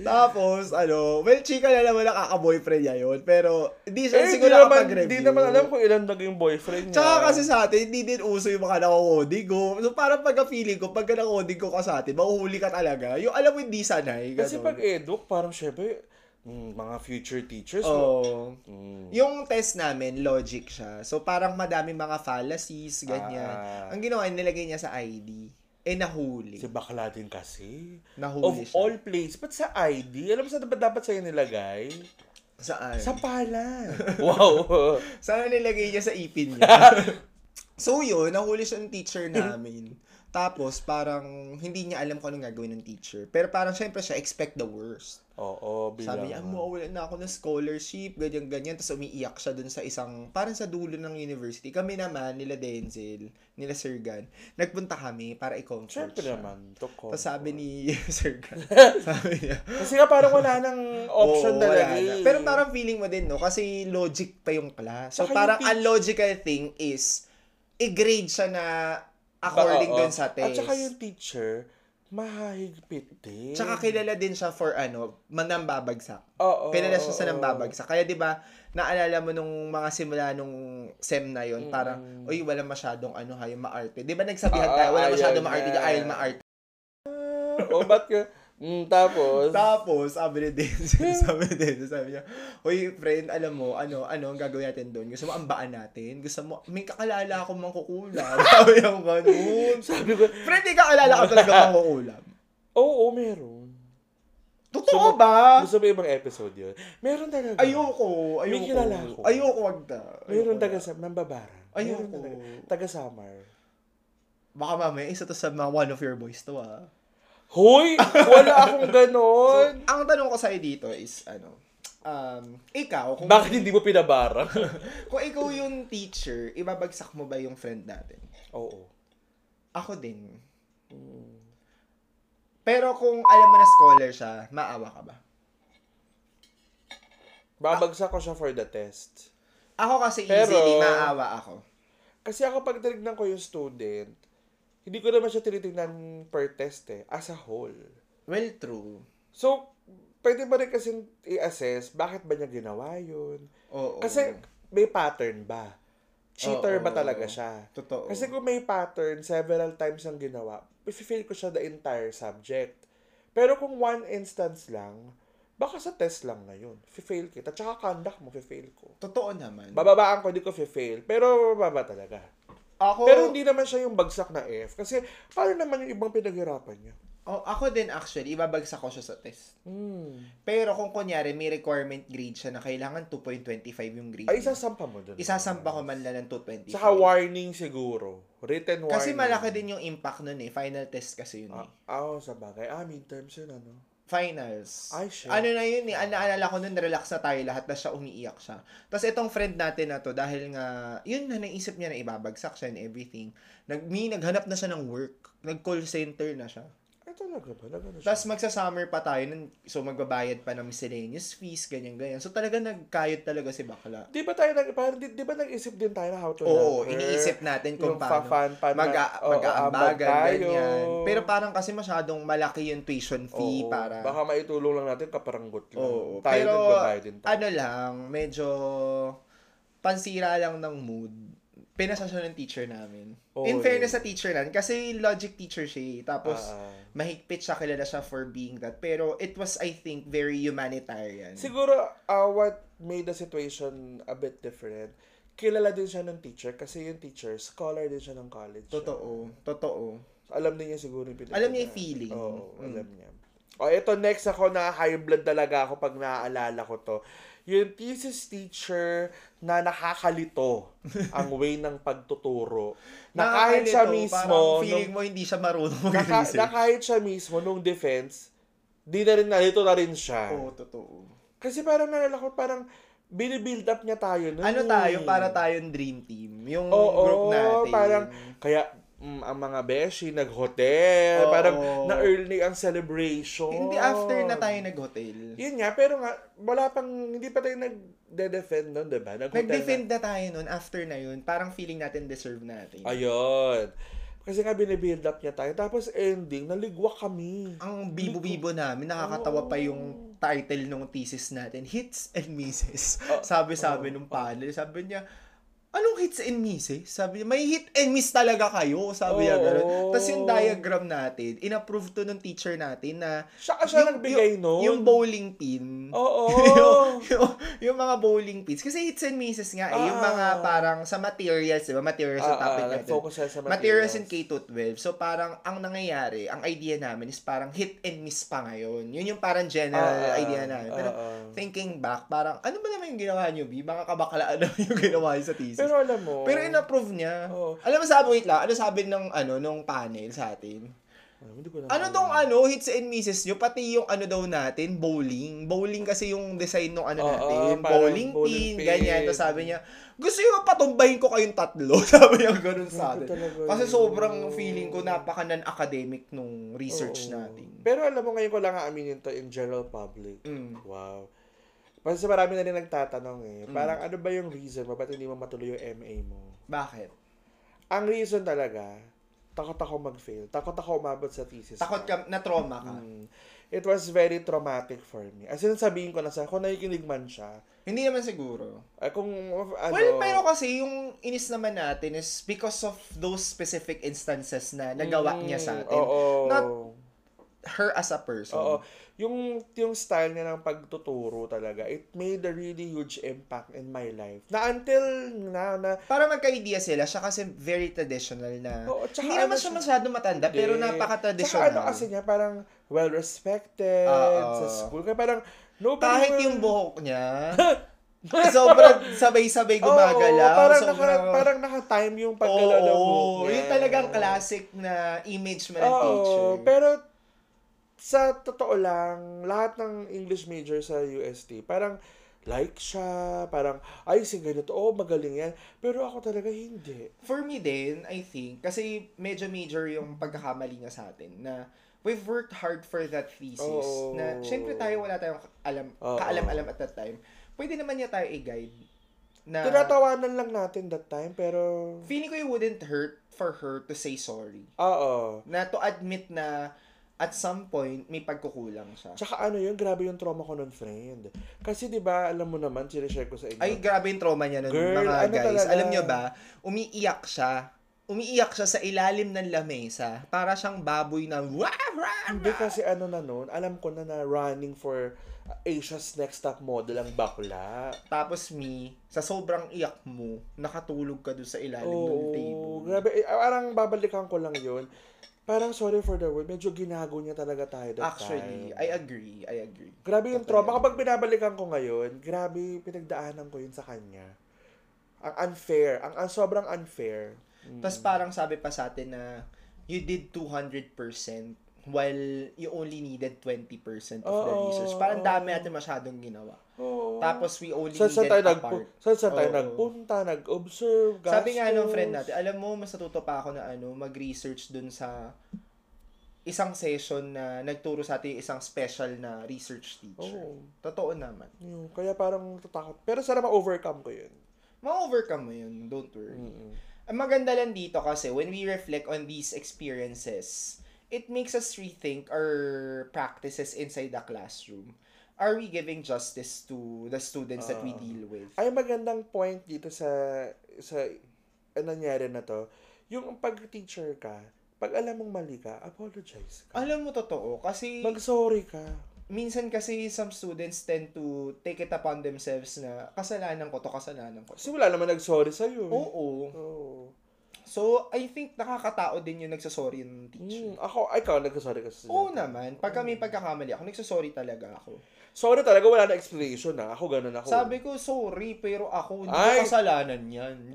S2: Tapos, ano, well, chika na naman nakaka-boyfriend niya yun. Pero, hindi siya
S1: Eh, di
S2: siguro
S1: naman, di
S2: nakapag-review.
S1: naman alam kung ano ilan naging boyfriend niya.
S2: Tsaka kasi sa atin, hindi din uso yung mga nakakodigo. So, parang pagka-feeling ko, pagka nakakodigo ka sa atin, mahuhuli ka talaga. Yung alam mo, hindi sanay.
S1: Kasi
S2: ganun.
S1: pag eduk, parang syempre, mm, mga future teachers.
S2: Oo.
S1: Mm.
S2: Yung test namin, logic siya. So, parang madami mga fallacies, ganyan.
S1: Ah.
S2: Ang ginawa, nilagay niya sa ID. Eh, nahuli.
S1: Si bakla din kasi.
S2: Nahuli
S1: of
S2: siya.
S1: all place. Ba't sa ID? Alam mo saan ba dapat sa'yo nilagay?
S2: Saan?
S1: Sa
S2: *laughs*
S1: pala. wow.
S2: Sana nilagay niya sa
S1: *laughs*
S2: ipin niya. so, yun, nahuli siya ng teacher namin. Tapos, parang, hindi niya alam kung anong gagawin ng teacher. Pero parang, syempre siya, expect the worst.
S1: Oo, bilang.
S2: Sabi niya, mawawalan na ako ng scholarship, ganyan-ganyan. Tapos umiiyak siya dun sa isang, parang sa dulo ng university. Kami naman, nila Denzel, nila Sir Gan, nagpunta kami para i-comfort
S1: Siyempre
S2: siya.
S1: naman. To comfort.
S2: Tapos sabi ni *laughs* Sir
S1: *laughs*
S2: Gan, sabi niya,
S1: Kasi nga parang wala nang option
S2: *laughs* "Oo, wala
S1: talaga.
S2: na."
S1: eh.
S2: Pero parang feeling mo din, no? Kasi logic pa yung class. So
S1: Saka yung
S2: parang
S1: teach-
S2: ang logical thing is, i-grade siya na according
S1: Ba- oo.
S2: dun sa test.
S1: At saka yung teacher, mahahigpit din.
S2: Tsaka kilala din siya for ano, manambabagsak.
S1: Oo.
S2: Kilala siya sa
S1: oo,
S2: nambabagsak. Kaya 'di ba, naalala mo nung mga simula nung SEM na 'yon, parang
S1: Mm.
S2: uy, wala masyadong ano, hayo maarte. 'Di ba nagsabihan
S1: Oo,
S2: tayo, wala
S1: ayaw
S2: masyadong maarte,
S1: na.
S2: ayaw maarte.
S1: oo, Oh, ba't ka? Mm, tapos,
S2: Tapos, sabi ni Denzel, *laughs* sabi ni Denzel, sabi niya, Uy, friend, alam mo, ano, ano ang gagawin natin doon? Gusto mo ambaan natin? Gusto mo, may kakalala akong mangkukulam. *laughs* sabi niya, ganun.
S1: sabi ko,
S2: Friend, may kakalala ka talaga
S1: *laughs*
S2: mangkukulam.
S1: oo, meron.
S2: Totoo ba?
S1: Gusto mo ibang episode yun? Meron talaga.
S2: Ayoko,
S1: May
S2: ayoko.
S1: kilala ako.
S2: Ayoko, wag na.
S1: Meron
S2: Ayoko
S1: taga
S2: na.
S1: sa Nambabaran.
S2: Ayoko.
S1: Meron talaga. Taga Samar.
S2: Baka mamaya, isa to sa mga one of your boys to ah.
S1: Hoy! Wala akong
S2: So,
S1: ganon!
S2: ang tanong ko sa'yo dito is, ano, um, ikaw, kung,
S1: Bakit hindi mo pinabara?
S2: *laughs* kung ikaw yung teacher, ibabagsak mo ba yung friend natin?
S1: oo.
S2: Ako din. Pero kung alam mo na scholar siya, maawa ka ba?
S1: Babagsak ko siya for the test.
S2: Ako kasi
S1: Pero-
S2: easily, maawa ako.
S1: Kasi ako pag tinignan ko yung student, hindi ko naman siya tinitingnan per test eh, as a whole.
S2: Well, true.
S1: So, pwede ba rin kasi i-assess bakit ba niya ginawa yun?
S2: Oo.
S1: Kasi may pattern ba? Cheater
S2: Oo.
S1: ba talaga siya?
S2: Totoo.
S1: Kasi kung may pattern, several times ang ginawa, i-fail ko siya the entire subject. Pero kung one instance lang, baka sa test lang na yun. Fail kita. Tsaka conduct mo, fail ko.
S2: Totoo naman.
S1: Bababaan ko, di ko fail. Pero bababa talaga.
S2: ako,
S1: Pero hindi naman siya yung bagsak na F. Kasi paano naman yung ibang pinaghirapan niya?
S2: oh, ako din actually, ibabagsak ko siya sa test.
S1: Hmm.
S2: Pero kung kunyari, may requirement grade siya na kailangan 2.25 yung grade.
S1: Ay,
S2: niya.
S1: isasampa mo dun.
S2: Isasampa ko man lang ng 2.25.
S1: Saka warning siguro. Written warning.
S2: Kasi malaki din yung impact nun eh. Final test kasi yun
S1: Ah,
S2: eh.
S1: ah, oo, sa bagay. Ah, midterms yun, ano?
S2: Finals.
S1: Ay, shit.
S2: Ano na yun eh. Ang naalala ko nun, relax na tayo lahat. Tapos siya umiiyak siya. Tapos itong friend natin na to, dahil nga, yun na naisip niya na ibabagsak siya and everything. Nag, may naghanap na siya ng work. Nag-call center na siya.
S1: Ay, Eh, talaga ba? Nagano siya?
S2: Tapos magsa-summer pa tayo nun. So magbabayad pa ng miscellaneous fees, ganyan-ganyan. So talaga nagkayod talaga si bakla.
S1: Di ba tayo, nag, parang, di, di ba nag-isip din tayo na how to love
S2: Oo,
S1: her?
S2: iniisip natin
S1: Yung
S2: kung paano
S1: fa-fan pa na-
S2: mag ah,
S1: oo, ah, aambag
S2: mag-aambagan,
S1: tayo.
S2: ganyan. Pero parang kasi masyadong malaki yung tuition fee
S1: Oo,
S2: para...
S1: Baka maitulong lang natin kaparanggot lang. tayo
S2: Oo, pero
S1: nagbabayad din tayo.
S2: ano lang, medyo pansira lang ng mood. Pinasa siya ng teacher namin.
S1: Oo,
S2: In
S1: eh.
S2: fairness sa teacher namin, kasi logic teacher siya eh. Tapos,
S1: Ah, ah.
S2: mahigpit siya, kilala siya for being that. Pero it was, I think, very humanitarian.
S1: Siguro, uh, what made the situation a bit different, kilala din siya ng teacher kasi yung teacher, scholar din siya ng college.
S2: Totoo. Totoo.
S1: So, alam din niya siguro yung pinag-
S2: Alam niya yung feeling.
S1: Oo,
S2: Mm.
S1: alam niya. O, ito next ako na high blood talaga ako pag naaalala ko to. Yung thesis teacher na
S2: *laughs*
S1: nakakalito ang way ng pagtuturo. Na kahit siya
S2: Nakakalito,
S1: mismo,
S2: Parang
S1: nung,
S2: feeling mo hindi siya marunong
S1: naka,
S2: mag-research.
S1: na kahit siya mismo nung defense, di na rin nalito na rin siya.
S2: Oo, totoo.
S1: Kasi parang naalala ko, parang binibuild up niya tayo. Nun,
S2: Ano
S1: eh.
S2: tayo para tayong dream team? Yung
S1: Oo,
S2: group natin.
S1: parang, kaya, mm, ang mga beshi, nag-hotel,
S2: Oo.
S1: parang na-early ang celebration.
S2: Hindi after na tayo nag-hotel.
S1: Yun nga, pero nga, wala pang, hindi pa tayo nag-defend nun, diba? Nag-hotel na-
S2: Nag-defend na tayo nun after na yun. Parang feeling natin deserve natin.
S1: Ayun. Kasi nga, binibuild up niya tayo. Tapos ending, naligwa kami.
S2: Ang bibo-bibo namin, nakakatawa
S1: Oh.
S2: pa yung title ng thesis natin, Hits and Misses.
S1: Oh,
S2: *laughs* Sabi-sabi nung panel, sabi niya, anong hits and misses? Sabi niya, may hit and miss talaga kayo. Sabi niya,
S1: Oo.
S2: ganun. Tapos
S1: Oh.
S2: yung diagram natin, inapprove to ng teacher natin na
S1: Siya ka siya nagbigay
S2: yung,
S1: nun. Oh,
S2: yung bowling pin.
S1: Oo.
S2: *laughs* yung, yung, yung mga bowling pins. Kasi hits and misses nga. Eh, yung
S1: Ah.
S2: mga parang sa materials, di ba? Materials yung
S1: Ah,
S2: topic
S1: ah,
S2: natin.
S1: nag-focus tayo sa
S2: materials.
S1: materials.
S2: in K-12. So, parang ang nangyayari, ang idea namin is parang hit and miss pa ngayon. Yun yung parang general
S1: Ah, ah,
S2: idea namin. Pero,
S1: ah, ah.
S2: thinking back, parang, ano ba naman yung ginawa niyo, B? Mga kabakalaan naman yung *laughs* ginawa niyo sa thesis.
S1: Pero oh. alam mo,
S2: Pero in-approve niya.
S1: Oo.
S2: Alam mo, sabi, wait lang, ano sabi ng, ano, nung panel sa atin?
S1: Ah, hindi ko na-
S2: Ano tong ano, hits and misses nyo, pati yung ano daw natin, bowling. Bowling kasi yung design nung ano
S1: Oo,
S2: natin,
S1: parang
S2: bowling,
S1: bowling
S2: pin,
S1: pin.
S2: ganyan. Tapos sabi niya, gusto nyo patumbahin ko kayong tatlo. *laughs* sabi niya ganun sa
S1: Grabe
S2: atin.
S1: talaga
S2: Kasi
S1: yun.
S2: sobrang feeling ko napaka non-academic nung research
S1: Oo.
S2: natin.
S1: Pero alam mo, ngayon ko lang aaminin to in general public.
S2: Mm.
S1: Wow. Kasi marami na rin nagtatanong eh. Parang ano ba yung reason mo? Ba't hindi mo matuloy yung MA mo?
S2: Bakit?
S1: Ang reason talaga, Takot ako mag-fail. Takot ako umabot sa thesis. ko.
S2: Takot ka, na-trauma ka.
S1: Mm. It was very traumatic for me. As in, sabihin ko na sa, kung nakikinig man siya,
S2: Hindi naman siguro.
S1: ay kung, ano,
S2: Well, pero kasi yung inis naman natin is because of those specific instances na nagawa niya sa atin.
S1: Mm. oo.
S2: Not her as a person.
S1: Oo. Yung, yung style niya ng pagtuturo talaga, it made a really huge impact in my life. Na until na, na
S2: Para magka-idea sila, siya kasi very traditional na.
S1: Oo, tsaka
S2: hindi
S1: ano
S2: naman siya
S1: siya-
S2: masyado matanda, pero
S1: Hindi.
S2: napaka-traditional.
S1: Tsaka ano kasi niya, parang well-respected
S2: Oo.
S1: sa school. Kaya parang, nobody
S2: Kahit
S1: will-
S2: yung buhok
S1: *laughs*
S2: niya, sobrang sabay-sabay gumagalaw.
S1: Oo, parang,
S2: sobrang-
S1: naka, parang naka-time yung paggalaw
S2: Oo,
S1: ng buhok niya.
S2: yung talagang classic na image mo ng
S1: Oo,
S2: teacher.
S1: pero sa totoo lang, lahat ng English major sa UST, parang like siya, parang, ay, si ganito, oh, magaling yan. Pero ako talaga, hindi.
S2: For me din, I think, kasi medyo major yung pagkakamali niya sa atin na we've worked hard for that thesis
S1: Oo.
S2: na syempre tayo wala tayong alam,
S1: Oo.
S2: kaalam-alam at that time. Pwede naman niya tayo i-guide na
S1: Tinatawanan lang natin that time, pero,
S2: feeling ko it wouldn't hurt for her to say sorry.
S1: oo.
S2: Na to admit na at some point may pagkukulang siya.
S1: Tsaka ano yun, grabe yung trauma ko nun, friend. Kasi di ba alam mo naman, sinishare ko sa inyo.
S2: Ay, grabe yung trauma niya nun,
S1: Girl,
S2: mga
S1: ano
S2: guys.
S1: talaga?
S2: Alam niyo ba, umiiyak siya. Umiiyak siya sa ilalim ng lamesa. Para siyang baboy na wah, wah,
S1: Hindi kasi ano na nun, alam ko na na running for Asia's Next Top Model ang bakla.
S2: Tapos me, sa sobrang iyak mo, nakatulog ka doon sa ilalim ng table.
S1: Oo, Oh, grabe. Eh, Parang babalikan ko lang yun. Parang sorry for the word, medyo ginago niya talaga tayo that
S2: Actually,
S1: time.
S2: I agree, I agree.
S1: Grabe yung trauma. Kapag binabalikan ko ngayon, grabe pinagdaanan ko yun sa kanya. Ang unfair. Ang, ang sobrang unfair.
S2: Tapos parang sabi pa sa atin na you did 200% while you only needed 20% of the
S1: Oo.
S2: research. Parang dami natin masyadong ginawa.
S1: Oo.
S2: Tapos we only
S1: Saan saan
S2: needed
S1: tayo,
S2: a
S1: nagpu-
S2: part.
S1: saan saan tayo
S2: Oo.
S1: nagpunta, nag-observe, gastos.
S2: Sabi nga nung friend natin, alam mo, mas natuto pa ako na ano, mag-research dun sa isang session na nagturo sa atin yung isang special na research teacher.
S1: Oo.
S2: Totoo naman.
S1: Yun, kaya parang natatakot. Pero sana ma-overcome ko yun.
S2: ma-overcome mo yun. Don't worry.
S1: Mm.
S2: Ang maganda lang dito kasi when we reflect on these experiences, it makes us rethink our practices inside the classroom. Are we giving justice to the students
S1: Ah.
S2: that we deal with?
S1: Ay magandang point dito sa sa ano nangyari na to. Yung pag-teacher ka, pag alam mong mali ka, apologize ka.
S2: Alam mo, totoo. Kasi
S1: Mag-sorry ka.
S2: minsan kasi some students tend to take it upon themselves na kasalanan ko to, kasalanan ko. to."
S1: Kasi wala naman nag-sorry sa'yo. eh.
S2: Oo.
S1: Oo.
S2: So, I think nakakatao din yung nagsasorry ng teacher.
S1: Mm, ako, ay, ikaw, nag-sorry ka sa
S2: Oo naman. Pagka may pagkakamali ako, nagsasorry talaga ako.
S1: Sorry talaga, wala na explanation na. Ako, ganun ako. eh.
S2: Sabi ko, sorry, pero ako, hindi
S1: Ay!
S2: ko kasalanan yan.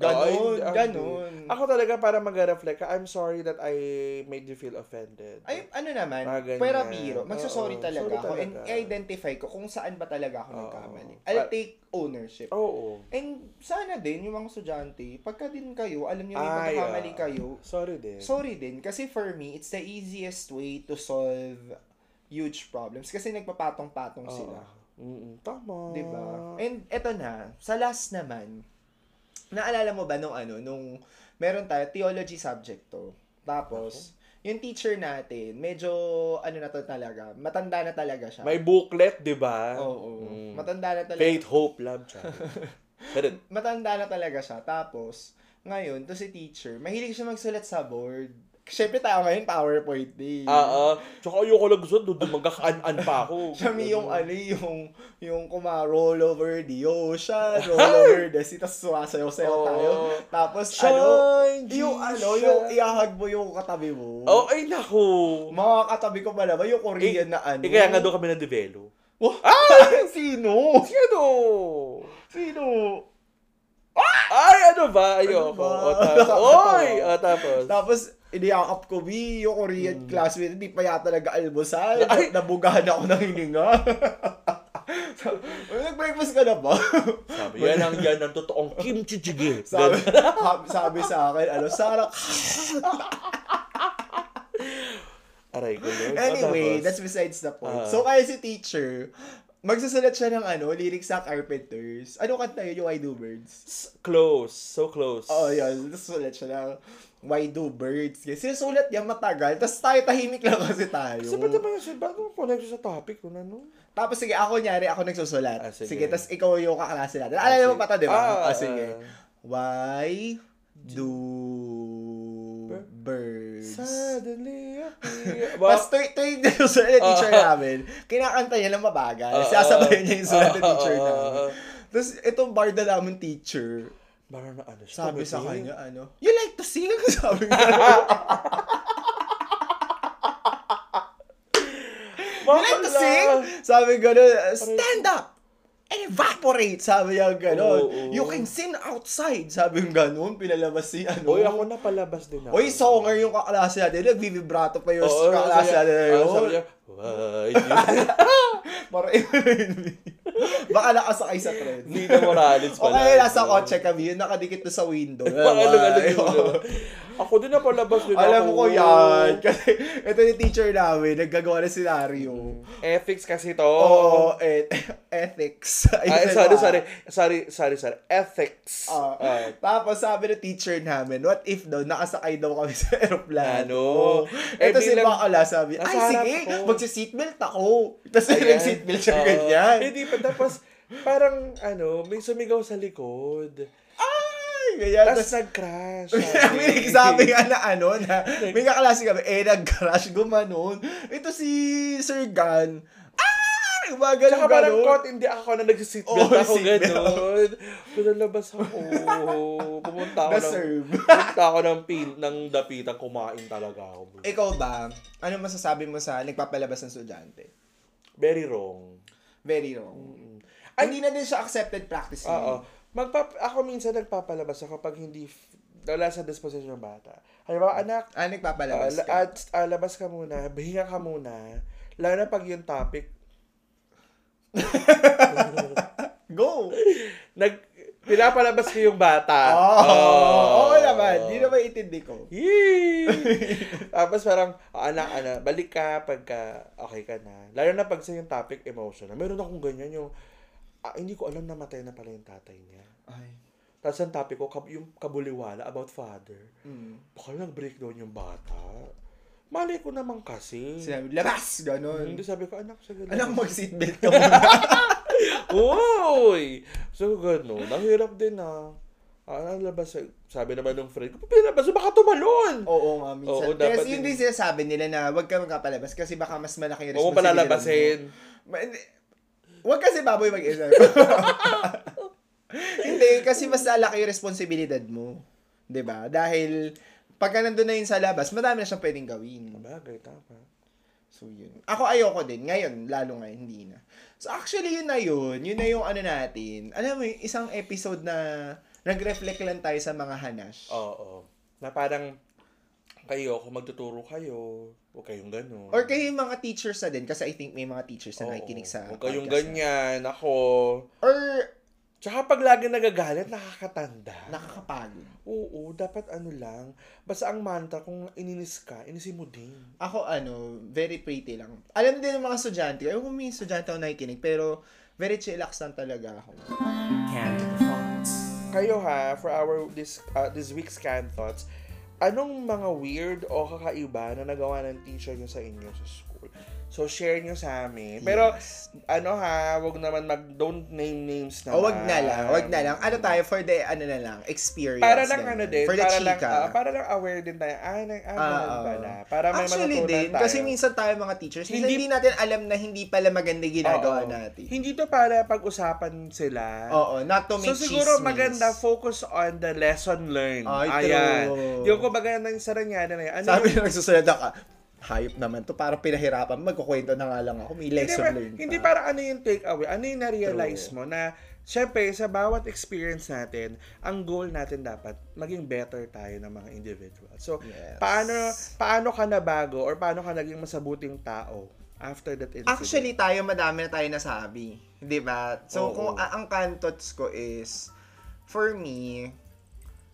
S1: Ay,
S2: Ganon,
S1: ang-
S2: ganon.
S1: Ako talaga, para mag-reflect ka, I'm sorry that I made you feel offended.
S2: Ay, ano naman,
S1: Ah, ganyan.
S2: pera biro, magsasorry
S1: Oo,
S2: talaga
S1: sorry
S2: ako and
S1: talaga.
S2: i-identify ko kung saan ba talaga ako
S1: Oo. Ah.
S2: nagkamali. I'll
S1: Pa-
S2: take ownership.
S1: Oo.
S2: And sana din, yung mga estudyante, pagka din kayo, alam niyo may
S1: Ay,
S2: pagkakamali
S1: ah.
S2: kayo,
S1: Sorry din.
S2: sorry din. Kasi for me, it's the easiest way to solve huge problems. Kasi nagpapatong-patong
S1: Oo.
S2: sila.
S1: Mm-mm, tama. Oh.
S2: Diba? And eto na, sa last naman, naalala mo ba nung ano, nung meron tayo, theology subject to. Tapos, yung teacher natin, medyo ano na to talaga, matanda na talaga siya.
S1: May booklet, diba? Mm. di ba?
S2: Oo, oo. matanda na talaga.
S1: Faith, hope, love, child.
S2: *laughs*
S1: Ganun.
S2: Matanda na talaga siya. Tapos, ngayon, to si teacher, mahilig siya magsulat sa board. Siyempre tayo ngayon, PowerPoint din.
S1: Ah, ah. Tsaka ayoko lang gusto, doon magkakaan-an pa
S2: *laughs*
S1: ako.
S2: Kami yung ano yung yung kuma roll over the
S1: *laughs*
S2: ocean, roll over the sea, tapos sumasayaw-sayaw
S1: Oo.
S2: tayo. Tapos ano,
S1: Shine,
S2: yung
S1: Jesus.
S2: ano, yung iahag mo yung katabi mo.
S1: Oh, ay naku.
S2: Mga katabi ko pala ba, yung Korean
S1: Eh,
S2: na ano.
S1: Eh, kaya nga doon kami na-develo.
S2: Wah! Ah! *laughs* Sino?
S1: Ay, ano?
S2: Sino?
S1: Ay, ano ba? Ayoko.
S2: ba?
S1: O, tapos. Oy! O, tapos.
S2: Tapos, iniyakap ko, B, yung Korean classmate, hindi pa yata nag-almusal.
S1: Hmm. Ay!
S2: Nabugahan ako ng hininga. *laughs* Nag-breakfast ka na ba? *laughs*
S1: Sabi, yan ang, yan ang totoong kimchi jjigae.
S2: Sabi,
S1: Ganun.
S2: sabi, sabi sa akin, ano, Sarah. *laughs*
S1: Aray ko yun. O, tapos.
S2: Anyway, that's besides the
S1: Ah.
S2: point. so, kaya si teacher, magsusulat siya ng ano, lyrics sa Carpenters. Ano kanta yun, yung I Do Birds?
S1: S- Close. So close.
S2: Oo, oh, yun. Tapos sulat siya ng Why Do Birds? Kasi sinusulat niya matagal. Tapos tayo, tahimik lang kasi tayo.
S1: Kasi ba't naman yun? Ba't mo connection sa topic? Ano, ano?
S2: Tapos sige, ako nyari, ako nagsusulat.
S1: Ah, sige.
S2: sige. tapos ikaw yung kaklase natin. Alala
S1: sige.
S2: mo pa to, di ba?
S1: Ah,
S2: Ah, sige.
S1: ah.
S2: Why do birds?
S1: Suddenly appear. Well,
S2: Mas tuwing tuwing *laughs* sinusulat ng teacher
S1: Ah.
S2: namin, kinakanta niya ng mabagal.
S1: Ah,
S2: Sasabayan niya yung sulat ng
S1: ah,
S2: teacher
S1: ah, ah,
S2: namin.
S1: ah.
S2: Tapos itong barda namin teacher,
S1: parang na ano siya.
S2: sabi sa
S1: tumitingin.
S2: kanya, ano, you like to sing? *laughs* Sabi niya,
S1: *laughs*
S2: you like to
S1: Bakla!
S2: sing? Sabi gano'n, stand up! And evaporate! Sabi niya gano'n.
S1: Oo, oo.
S2: You can sing outside! Sabi niya gano'n, pinalabas si ano.
S1: Uy, ako na palabas din ako.
S2: Uy, songer yung kaklase natin. Nagbibibrato pa yung
S1: Oo,
S2: kaklase
S1: sabi
S2: natin.
S1: niya-
S2: ano na
S1: ah, sabi
S2: yun.
S1: niya, Why you-
S2: Para *laughs* i-review. Baka nakasakay sa trend.
S1: Nina Morales
S2: O
S1: pala.
S2: kaya nasa kotse kami, yun nakadikit na sa window.
S1: *laughs* Parang ano, ano,
S2: Ay,
S1: ano, ano.
S2: *laughs* oo.
S1: Ako din na palabas din ako.
S2: Alam ko yan. *laughs* Kasi ito yung teacher namin, naggagawa ng senaryo.
S1: Mm. Ethics kasi to.
S2: Oo, et- *laughs* ethics. Ayun
S1: Ay,
S2: na
S1: Ah, sorry,
S2: ba?
S1: sorry. Sorry, sorry, sorry. Ethics.
S2: Oo.
S1: Ah.
S2: tapos sabi ng teacher namin, what if daw, nakasakay daw kami sa *laughs* aeroplano.
S1: Ano? Eh,
S2: Ito si
S1: bilang-
S2: Bakala sabi, ay
S1: Nasa harap
S2: sige,
S1: ako."
S2: magsi-seatbelt ako. Tapos
S1: Ayan.
S2: nag-seatbelt siya
S1: Oo. Eh,
S2: ganyan.
S1: Hindi pa. Tapos, parang, ano, may sumigaw sa likod.
S2: Ay, ganyan.
S1: Tapos
S2: Tapos
S1: nag-crash.
S2: *laughs* may nagsabi nga na ano, na may kaklase kami, eh, nag-crash, gumanon. Ito si Sir Gan. Ah! Mga ganun,
S1: Tsaka parang
S2: ganun. Oh,
S1: caught, hindi ako na nagsisitbelt
S2: Oo,
S1: ako,
S2: seatbelt.
S1: ganun. Pinalabas ako. Pumunta ako ng,
S2: Na-serve.
S1: pumunta ako ng, pin, ng dapitan, kumain talaga ako.
S2: Ikaw ba, ano masasabi mo sa nagpapalabas ng estudyante?
S1: Very wrong.
S2: Very wrong. Hindi na din siya accepted practice.
S1: Oo.
S2: ngayon.
S1: Magpap ako minsan nagpapalabas ako pag hindi f- wala sa disposition ng bata. Halimbawa, anak,
S2: Ah,
S1: ah,
S2: nagpapalabas
S1: la-
S2: ka.
S1: at ah, labas ka muna, bahinga ka muna. Lalo na pag yung topic, ah.
S2: *laughs*
S1: *laughs*
S2: Go!
S1: nag, pinapalabas ko yung bata.
S2: Oo!
S1: Oo.
S2: Oh. Oo naman. Di naman itindi ko.
S1: Yee!
S2: *laughs*
S1: Tapos parang, "Ah, anak, anak, balik ka pagka okay ka na. Lalo na pag sa yung topic, emotion. Meron akong ganyan yung, ah, hindi ko alam na matay na pala yung tatay niya.
S2: Ay.
S1: Tapos ang topic ko, kab- yung kabuliwala about father.
S2: Mm.
S1: Baka lang breakdown yung bata. Malay ko naman kasi.
S2: Sinabi, labas! Ganon.
S1: Hindi sabi ko, anak, sa ganun.
S2: Anak, mag-seatbelt ka muna.
S1: *laughs* Uy! So, ganun. Ang hirap din ah. Ah, ang labas, eh. sabi naman ng friend ko, pinabas, baka tumalon!
S2: Oo nga, minsan.
S1: Oo, dapat
S2: kasi yun
S1: din.
S2: din sinasabi nila na huwag ka magpapalabas kasi baka mas malaki yung
S1: Huwag mo
S2: responsibilidad
S1: palalabasin.
S2: Ma- hindi. Huwag kasi baboy mag-isa. *laughs* hindi, kasi mas lalaki yung responsibilidad mo. 'Di ba Dahil pagka nandun na yun sa labas, madami na siyang pwedeng gawin.
S1: Bagay, tama.
S2: So, yun. Ako ayoko din. Ngayon, lalo ngayon, hindi na. So, actually, yun na yun. Yun na yung ano natin. Alam mo, yung isang episode na nag-reflect lang tayo sa mga hanash.
S1: Oo. Na parang, kayo, kung magtuturo kayo, huwag kayong ganun.
S2: Or kayo yung mga teachers na din, kasi I think may mga teachers na
S1: Oo.
S2: nakikinig sa
S1: Huwag kayong
S2: podcast na-
S1: ganyan, ako.
S2: Or
S1: Tsaka pag lagi nagagalit, nakakatanda.
S2: nakakapagod.
S1: Oo, dapat ano lang. Basta ang mantra, kung ininis ka, inisin mo din.
S2: Ako, ano, very pretty lang. Alam din ng mga estudyante, ayun kung may estudyante ako nakikinig, pero very chillax lang talaga ako.
S4: Canned thoughts.
S1: Kayo ha, for our this, uh, this week's Can Thoughts, anong mga weird o kakaiba na nagawa ng teacher nyo sa inyo sa school? So, share nyo sa amin. Pero,
S2: Yes.
S1: ano ha, wag naman mag, don't name names na.
S2: O, wag na lang, wag na lang. Ano tayo, for the, ano na lang, experience.
S1: Para lang
S2: ganun.
S1: ano din,
S2: For the
S1: para lang,
S2: chika.
S1: ah, para lang aware din tayo. Ah, na, ah,
S2: Ah,
S1: ganun
S2: oo.
S1: pala. Para may
S2: Actually
S1: matutunan
S2: din,
S1: tayo.
S2: kasi minsan tayo mga teachers, minsan
S1: Hindi-
S2: hindi, natin alam na hindi pala maganda yung ginagawa
S1: Oo.
S2: natin.
S1: Hindi to para pag-usapan sila.
S2: Oo, not to make
S1: So siguro
S2: chismis.
S1: maganda focus on the lesson learned.
S2: Ay,
S1: Ayan.
S2: true.
S1: Yung kumbaga na yung sarangyan na yan. Ano
S2: Sabi
S1: yung-
S2: na nagsusunod ako, hayop naman to, parang pinahirapan, magkukwento na nga lang ako, may
S1: hindi,
S2: lesson
S1: pa,
S2: learned
S1: hindi
S2: pa.
S1: para ano yung take away. Ano yung na-realize
S2: True.
S1: mo na Siyempre, sa bawat experience natin, ang goal natin dapat maging better tayo ng mga individual. So,
S2: Yes.
S1: paano paano ka nabago or paano ka naging masabuting tao after that incident?
S2: Actually, tayo madami na tayo nasabi. Di ba? So,
S1: Oo.
S2: kung a- ang kantots ko is, for me,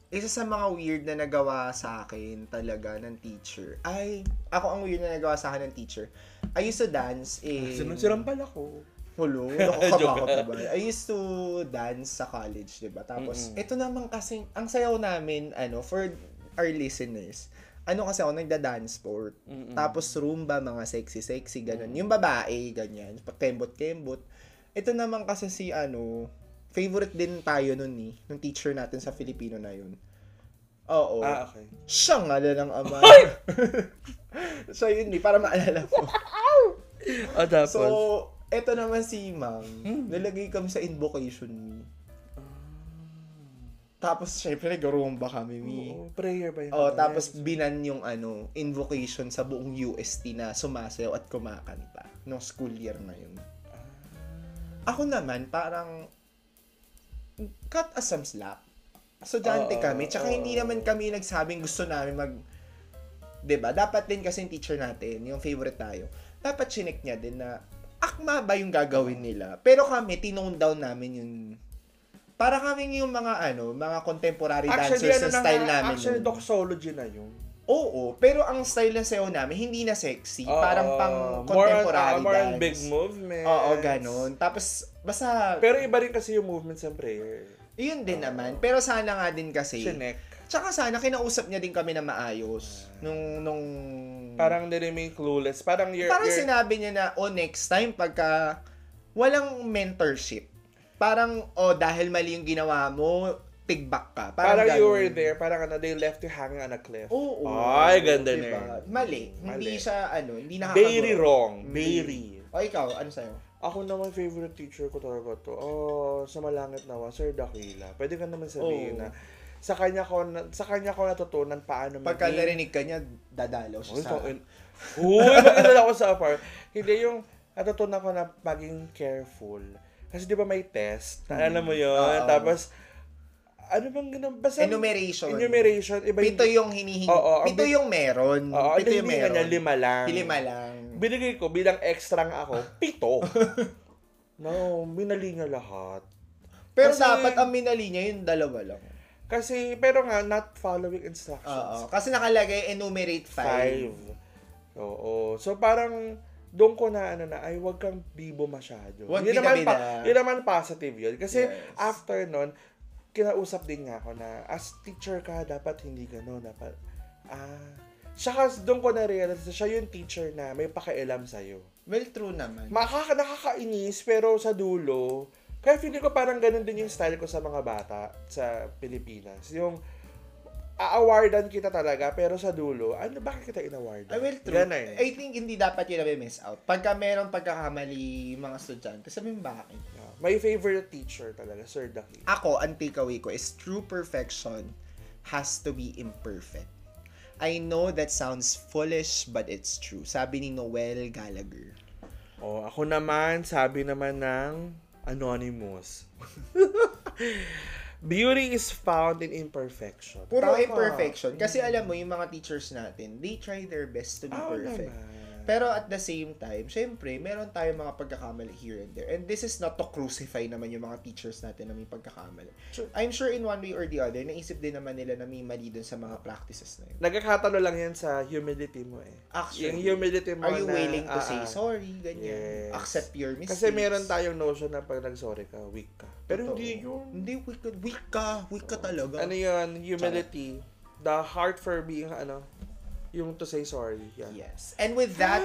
S2: isa sa mga weird na nagawa sa akin talaga ng teacher. Ay, ako ang weird na nagawa sa akin ng teacher. I used to dance in...
S1: sinunsiran pala ko.
S2: Hulo, nakakabakot na Ano ba? I used to dance sa college, di ba? Tapos, ito naman kasi, ang sayaw namin, ano, for our listeners, ano kasi ako, nagda-dance sport. Tapos, rumba, mga sexy-sexy, ganun. Yung babae, ganyan. Pakembot-kembot. Ito naman kasi si, ano, favorite din tayo nun ni, nung teacher natin sa Filipino na yun. Oo.
S1: Ah, okay.
S2: Siya nga lang ang ama. *laughs* so, yun di, para maalala ko.
S1: O, tapos. Hmm.
S2: So, eto naman si ma'am. Nalagay kami sa invocation me. Tapos, syempre, nag-rumba kami, me.
S1: Oo, prayer ba yun?
S2: Oh, tapos binan yung ano, invocation sa buong UST na sumasayaw at kumakanta nung school year na yun.
S1: Ah.
S2: Ako naman, parang cut us some slack. Estudyante
S1: Oo,
S2: kami,
S1: oo.
S2: tsaka hindi naman kami nagsabing gusto namin mag... 'Di ba Dapat din kasi yung teacher natin, yung favorite tayo, dapat chinek niya din na akma ba yung gagawin nila. Pero kami, tinone down namin yung para kaming yung mga ano, mga contemporary
S1: Actually, ano
S2: dancers na
S1: na
S2: style
S1: nga,
S2: namin.
S1: actually,
S2: nun.
S1: doxology na yun.
S2: Oo, pero ang style ng sayaw namin, hindi na sexy.
S1: Oo,
S2: parang pang
S1: Ah, more on- ah,
S2: contemporary
S1: More on
S2: dance.
S1: big movements.
S2: Oo, ganun. Tapos, basta,
S1: Pero iba rin kasi yung movements ng prayer.
S2: yun din naman. Pero sana nga din kasi.
S1: Chinek.
S2: Tsaka sana, kinausap niya din kami na maayos. Nung, nung...
S1: Parang they remain clueless. Parang you're...
S2: parang
S1: you're-
S2: sinabi niya na, oh, next time, pagka walang mentorship. Parang, oh, dahil mali yung ginawa mo, tigbak ka.
S1: Parang, you
S2: ganun.
S1: were there, parang ano, they left you hanging on a cliff.
S2: Oo.
S1: Ay, ganda
S2: diba?
S1: na yun.
S2: Mali. Hindi
S1: Mali.
S2: siya, ano, hindi nakakagulo.
S1: Very wrong.
S2: Mm.
S1: Very.
S2: O, ikaw, ano sa'yo?
S1: Ako naman, favorite teacher ko talaga to. Oh, sa malangit nawa, Sir Dakila. Pwede ka naman sabihin
S2: Oo.
S1: na sa kanya ko na, sa kanya ko natutunan paano
S2: Pagka narinig ka niya, dadalaw siya
S1: Uy,
S2: sa...
S1: sa... Uy, magkakilala ko sa apart. Hindi yung natutunan ko na maging careful. Kasi di ba may test? Na, alam mo yun?
S2: Oo.
S1: Tapos, ano bang ganun? Basta,
S2: Enumeration.
S1: Enumeration. Iba
S2: Pito yung hinihingi.
S1: Oo, ang
S2: pito
S1: bi-
S2: yung meron.
S1: Oo,
S2: pito
S1: hindi
S2: yung
S1: nga
S2: meron.
S1: niya, lima lang.
S2: Lima lang.
S1: Binigay ko bilang extra nga ako,
S2: *laughs*
S1: pito. no, minali niya lahat.
S2: Pero
S1: Kasi-
S2: dapat ang minali niya yung dalawa lang.
S1: Kasi, pero nga, not following instructions.
S2: Oo. Kasi nakalagay enumerate five.
S1: Five. Oo. So, parang, doon ko na, ano na, ay, wag kang bibo masyado.
S2: Huwag
S1: yun, naman, pa,
S2: bida-bida.
S1: yun naman positive yun. Kasi,
S2: Yes.
S1: after nun, kinausap din nga ako na, as teacher ka, dapat hindi ganun. Dapat, ah, siya kasi doon ko na-realize na siya yung teacher na may pakialam sa'yo.
S2: Well, true naman.
S1: Makaka nakakainis pero sa dulo, kaya feeling ko parang ganun din yung style ko sa mga bata sa Pilipinas. Yung aawardan kita talaga pero sa dulo, ano bakit kita inawardan?
S2: I will Ah, true.
S1: Ganun.
S2: I think hindi dapat yun na miss out. Pagka meron pagkakamali mga estudyante, sabihin bakit?
S1: My favorite teacher talaga, Sir Daki.
S2: Ako, ang takeaway ko is true perfection has to be imperfect. I know that sounds foolish, but it's true. Sabi ni Noel Gallagher.
S1: Oh, ako naman, sabi naman ng Anonymous. *laughs* Beauty is found in imperfection.
S2: Puro
S1: Tama.
S2: imperfection. Kasi alam mo, yung mga teachers natin, they try their best to be
S1: Oo
S2: perfect.
S1: naman.
S2: Pero at the same time, syempre, meron tayong mga pagkakamali here and there. And this is not to crucify naman yung mga teachers natin na may pagkakamali.
S1: Sure.
S2: I'm sure in one way or the other, naisip din naman nila na may mali dun sa mga practices na yun.
S1: Nagkakatalo lang yan sa humility mo eh. yung
S2: Actually,
S1: humility mo
S2: Are you
S1: na,
S2: willing to
S1: ah,
S2: say
S1: ah.
S2: sorry? Ganyan.
S1: Yes.
S2: Accept your mistakes.
S1: Kasi meron tayong notion na pag nag-sorry ka, weak ka. Pero
S2: Totoo.
S1: hindi yun.
S2: Hindi, weak ka. Weak ka. Weak ka talaga.
S1: Ano yun? Humility. The heart for being, ano, yung to say sorry. Yeah.
S2: Yes. And with
S1: Ay,
S2: that,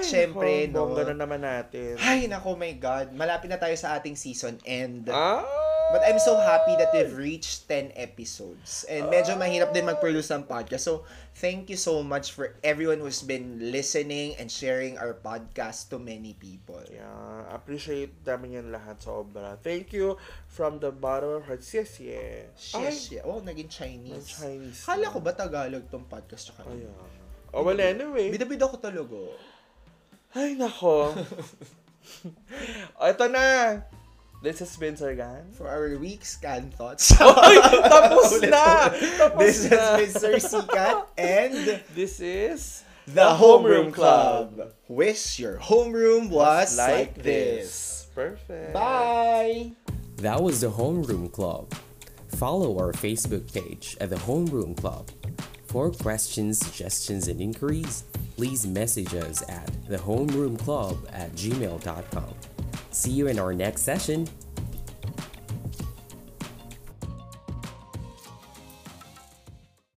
S1: nako,
S2: syempre, no.
S1: Bongga na naman natin.
S2: Ay, nako, my God. Malapit na tayo sa ating season end.
S1: Ah!
S2: But I'm so happy that we've reached 10 episodes. And medyo
S1: Ah.
S2: mahirap din mag-produce ng podcast. So, thank you so much for everyone who's been listening and sharing our podcast to many people.
S1: Yeah, appreciate namin yan lahat sobra. Thank you from the bottom of our heart. Yes, yes.
S2: Shish. Oh, naging Chinese.
S1: Chinese.
S2: Kala ko ba Tagalog tong podcast? Tsaka
S1: Ay, ayan. Oh, well, anyway.
S2: Bidabida ko talaga.
S1: Ay,
S2: *laughs*
S1: nako. o, ito na. This has been Sargan.
S2: For our week's can thoughts.
S1: Ay, tapos na! Tapos
S2: This
S1: na!
S2: has been Sir Sikat and
S1: This is
S2: The Homeroom Club. Wish your homeroom was like this.
S1: Perfect.
S2: Bye!
S4: That was the Homeroom Club. Follow our Facebook page at the Homeroom Club. For questions, suggestions, and inquiries, please message us at thehomeroomclub at gmail.com. See you in our next session.